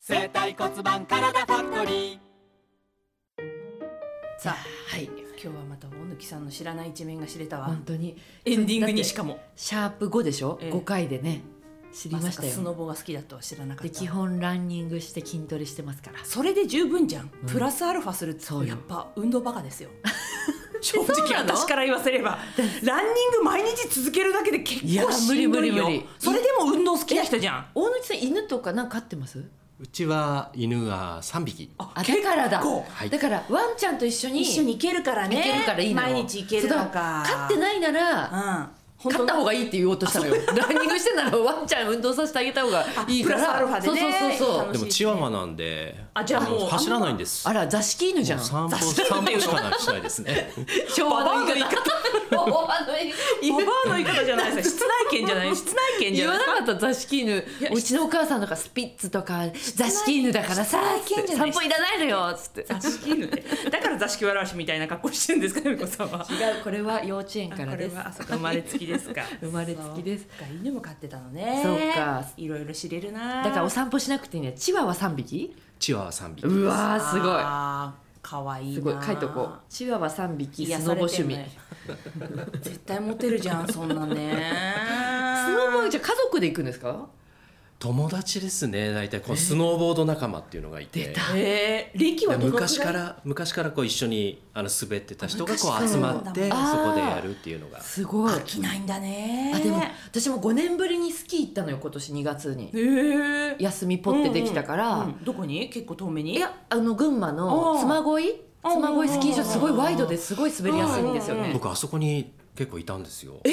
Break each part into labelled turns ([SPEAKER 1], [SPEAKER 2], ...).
[SPEAKER 1] 生体骨盤体ファクトリー
[SPEAKER 2] さあはい今日はまた大貫さんの知らない一面が知れたわ、
[SPEAKER 3] 本当に
[SPEAKER 2] エンディングにしかも
[SPEAKER 3] シャープ5でしょ、
[SPEAKER 2] ええ
[SPEAKER 3] 5回でね知り
[SPEAKER 2] ま
[SPEAKER 3] ま
[SPEAKER 2] さ
[SPEAKER 3] し
[SPEAKER 2] か
[SPEAKER 3] たよ、
[SPEAKER 2] スノボが好きだとは知らなかっ
[SPEAKER 3] で
[SPEAKER 2] た
[SPEAKER 3] 基本ランニングして筋トレしてますから
[SPEAKER 2] それで十分じゃん、
[SPEAKER 3] うん
[SPEAKER 2] プラスアルファする
[SPEAKER 3] そ
[SPEAKER 2] と
[SPEAKER 3] うよ
[SPEAKER 2] やっぱ運動バ カですよ正直
[SPEAKER 3] なの
[SPEAKER 2] 私から言わせればランニング毎日続けるだけで結
[SPEAKER 3] いや
[SPEAKER 2] 構しんどいよ
[SPEAKER 3] 無理無理無理
[SPEAKER 2] それでも運動好きな人じゃん
[SPEAKER 3] 大貫さん犬とかなんか飼ってます
[SPEAKER 4] うちは犬が3匹
[SPEAKER 3] あだからだ、
[SPEAKER 2] 結構
[SPEAKER 4] はい
[SPEAKER 3] だからワンちゃんと一緒に
[SPEAKER 2] 一緒に行けるからね
[SPEAKER 3] 行けるからいいのよ
[SPEAKER 2] 毎日行ける
[SPEAKER 3] そ
[SPEAKER 2] の
[SPEAKER 3] うだ
[SPEAKER 2] か
[SPEAKER 3] 飼ってないなら
[SPEAKER 2] うん
[SPEAKER 3] 飼った方がいいって言おうとしたのよランニングしてならワンちゃん運動させてあげた方がいいから
[SPEAKER 2] あプラスアルファでね
[SPEAKER 3] そうそうそうそう
[SPEAKER 2] 楽しい
[SPEAKER 4] でもチワワなんで
[SPEAKER 2] あじゃあもう
[SPEAKER 4] の走らないんです
[SPEAKER 3] あら座敷犬じゃん
[SPEAKER 4] 散歩散歩しかないしないですね
[SPEAKER 3] 昭和の言い方昭和の言い
[SPEAKER 2] ババアの言い方じゃないです室内犬じゃない室内犬じ
[SPEAKER 3] 言
[SPEAKER 2] ゃな
[SPEAKER 3] わ
[SPEAKER 2] い
[SPEAKER 3] なかった座敷犬うちのお母さんとかスピッツとか座敷犬だからさ
[SPEAKER 2] 室内犬じゃない
[SPEAKER 3] 散歩いらないのよっつって
[SPEAKER 2] 座敷犬ってだから座敷わらわしみたいな格好してるんですかねみこさんは
[SPEAKER 3] 違うこれは幼稚園からです
[SPEAKER 2] これはあそこ生まれつきですか
[SPEAKER 3] 生まれつきです
[SPEAKER 2] そっか犬も飼ってたのね
[SPEAKER 3] そうか
[SPEAKER 2] いろいろ知れるな
[SPEAKER 3] だからお散歩しなくていいねチワワ3匹
[SPEAKER 4] チワワ3匹
[SPEAKER 3] うわーすごい
[SPEAKER 2] あーかわいいな
[SPEAKER 3] すごい書いとこうチワワ3匹
[SPEAKER 2] 癒
[SPEAKER 3] ス
[SPEAKER 2] さ
[SPEAKER 3] ノボ
[SPEAKER 2] れ
[SPEAKER 3] 趣
[SPEAKER 2] てんの
[SPEAKER 3] 味
[SPEAKER 2] よ絶対モテるじゃんそんなね
[SPEAKER 3] スノボじゃあ家族で行くんですか
[SPEAKER 4] 友達ですね大体こうスノーボード仲間っていうのがいて、
[SPEAKER 2] えー、歴は
[SPEAKER 4] で
[SPEAKER 2] どのくらい
[SPEAKER 4] 昔から昔からこう一緒にあの滑ってた人がこ
[SPEAKER 2] 昔か
[SPEAKER 4] う
[SPEAKER 2] ら
[SPEAKER 4] 集まってそ
[SPEAKER 3] あー
[SPEAKER 4] こでやるっていうのが
[SPEAKER 3] すごい
[SPEAKER 2] 飽きないんだね
[SPEAKER 3] あでも私も5年ぶりにスキー行ったのよ今年2月に
[SPEAKER 2] えー、
[SPEAKER 3] 休みポってできたから、
[SPEAKER 2] うんうんどこに結構遠目に
[SPEAKER 3] いやあの群馬の
[SPEAKER 2] うん
[SPEAKER 3] 嬬恋
[SPEAKER 2] うん
[SPEAKER 3] 嬬恋スキー場すごいワイドですごい滑りやすいんですよ
[SPEAKER 2] うんうん
[SPEAKER 3] ね。
[SPEAKER 4] 僕あそこに結構いたんですよ
[SPEAKER 2] えー、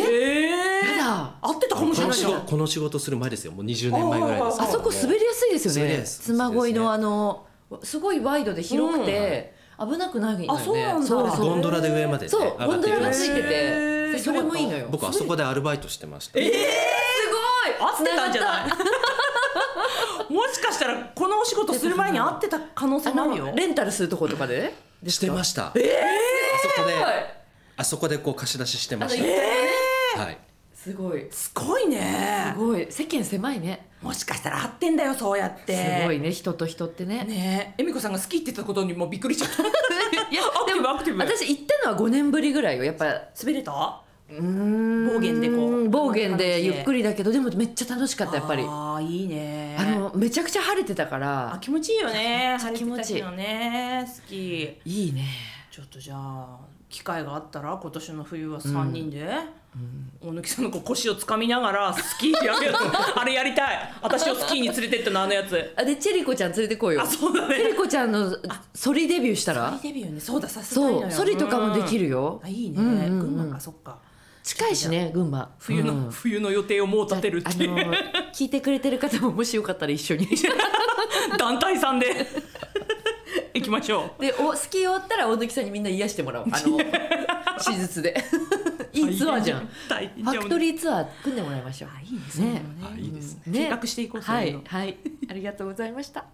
[SPEAKER 3] やだ
[SPEAKER 2] 合ってたかもしれな
[SPEAKER 4] この
[SPEAKER 2] い
[SPEAKER 4] 仕
[SPEAKER 2] じゃ
[SPEAKER 4] 事
[SPEAKER 2] ん
[SPEAKER 4] この仕事する前ですよもう20年前ぐらいですけ
[SPEAKER 3] あ
[SPEAKER 4] ど
[SPEAKER 3] そこ滑りやすいですよ
[SPEAKER 4] 滑り
[SPEAKER 3] ね。
[SPEAKER 4] やすい
[SPEAKER 3] 嬬恋
[SPEAKER 4] そうですね
[SPEAKER 3] のあのすごいワイドで広くて、危なくないのよね。
[SPEAKER 2] あそうなんだ
[SPEAKER 3] そう
[SPEAKER 4] ゴンドラで上まで、ね、
[SPEAKER 3] そうゴンドラがついて
[SPEAKER 4] 上が
[SPEAKER 2] へ
[SPEAKER 4] っていきますね
[SPEAKER 2] ー
[SPEAKER 3] てでそれもいいのよ。
[SPEAKER 4] 僕あそこでアルバイトしてまし
[SPEAKER 3] す
[SPEAKER 4] た、
[SPEAKER 3] ごい
[SPEAKER 2] 合ってたんじゃない
[SPEAKER 3] い。
[SPEAKER 2] もしかしたらこのお仕事する前に会ってた可能性
[SPEAKER 3] あ
[SPEAKER 2] もあるよ
[SPEAKER 3] のレンタルするとことかでね。
[SPEAKER 4] してましたええあそこであそこでこう貸し出ししてまし
[SPEAKER 3] あの
[SPEAKER 4] たはい
[SPEAKER 3] すごい。す
[SPEAKER 2] すごいね
[SPEAKER 3] ごい世間狭いね。
[SPEAKER 2] もしかしたら合ってんだよそうやって
[SPEAKER 3] すごいね人と人ってね。
[SPEAKER 2] ねえ恵美子さんが好きって言ってたことにもうびっくりしちゃった
[SPEAKER 3] いや
[SPEAKER 2] アクティブアクテ
[SPEAKER 3] で
[SPEAKER 2] ィ
[SPEAKER 3] も
[SPEAKER 2] ブ
[SPEAKER 3] 私行ったのは5年ぶりぐらいよやっぱ
[SPEAKER 2] 滑れた
[SPEAKER 3] 暴
[SPEAKER 2] 暴言でこう
[SPEAKER 3] 暴言でゆっく
[SPEAKER 2] り
[SPEAKER 3] りだけどでもめっちゃ楽しかったやっぱりあ
[SPEAKER 2] ああいいね
[SPEAKER 3] のめちゃくちゃ晴れてたか
[SPEAKER 2] あ
[SPEAKER 3] ら
[SPEAKER 2] 気持ちいいよね晴れ
[SPEAKER 3] 気
[SPEAKER 2] て
[SPEAKER 3] 持
[SPEAKER 2] た
[SPEAKER 3] ちいい
[SPEAKER 2] 日のね好き
[SPEAKER 3] いいね
[SPEAKER 2] ちょっとじゃあ機会があったら今年の冬は3人で、大貫さんのこう腰をつかみながらスキーってやる やつあれやりたい私をスキーに連れてったのあのやつ
[SPEAKER 3] あでチェリコちゃん連れてこうよ
[SPEAKER 2] あそうだ
[SPEAKER 3] チェ
[SPEAKER 2] ね
[SPEAKER 3] リコちゃんのソリデビューしたら
[SPEAKER 2] デビューねそうださせたいの
[SPEAKER 3] そう
[SPEAKER 2] よ
[SPEAKER 3] ソリとかもできる
[SPEAKER 2] よ、
[SPEAKER 3] よ
[SPEAKER 2] あいいね、
[SPEAKER 3] うんうんうん
[SPEAKER 2] 群馬かそっか
[SPEAKER 3] 近いしね群馬
[SPEAKER 2] 冬の、
[SPEAKER 3] うん
[SPEAKER 2] 冬の予定をもう立てるっていう、
[SPEAKER 3] あの聞いてくれてる方ももしよかったら一緒に
[SPEAKER 2] 団体さんで 行きましょ う
[SPEAKER 3] でおスキー終わったら大貫さんにみんな癒してもらおうあ の手術で いいツアーじゃんフ
[SPEAKER 2] 大変
[SPEAKER 3] ァクトリーツアー組んでもらいましょう
[SPEAKER 2] あいいですね
[SPEAKER 3] ね
[SPEAKER 2] ね
[SPEAKER 4] あいいです
[SPEAKER 3] ね
[SPEAKER 4] ね
[SPEAKER 2] 計画していこうそう
[SPEAKER 3] は
[SPEAKER 2] いう
[SPEAKER 3] い
[SPEAKER 2] の
[SPEAKER 3] はいありがとうございました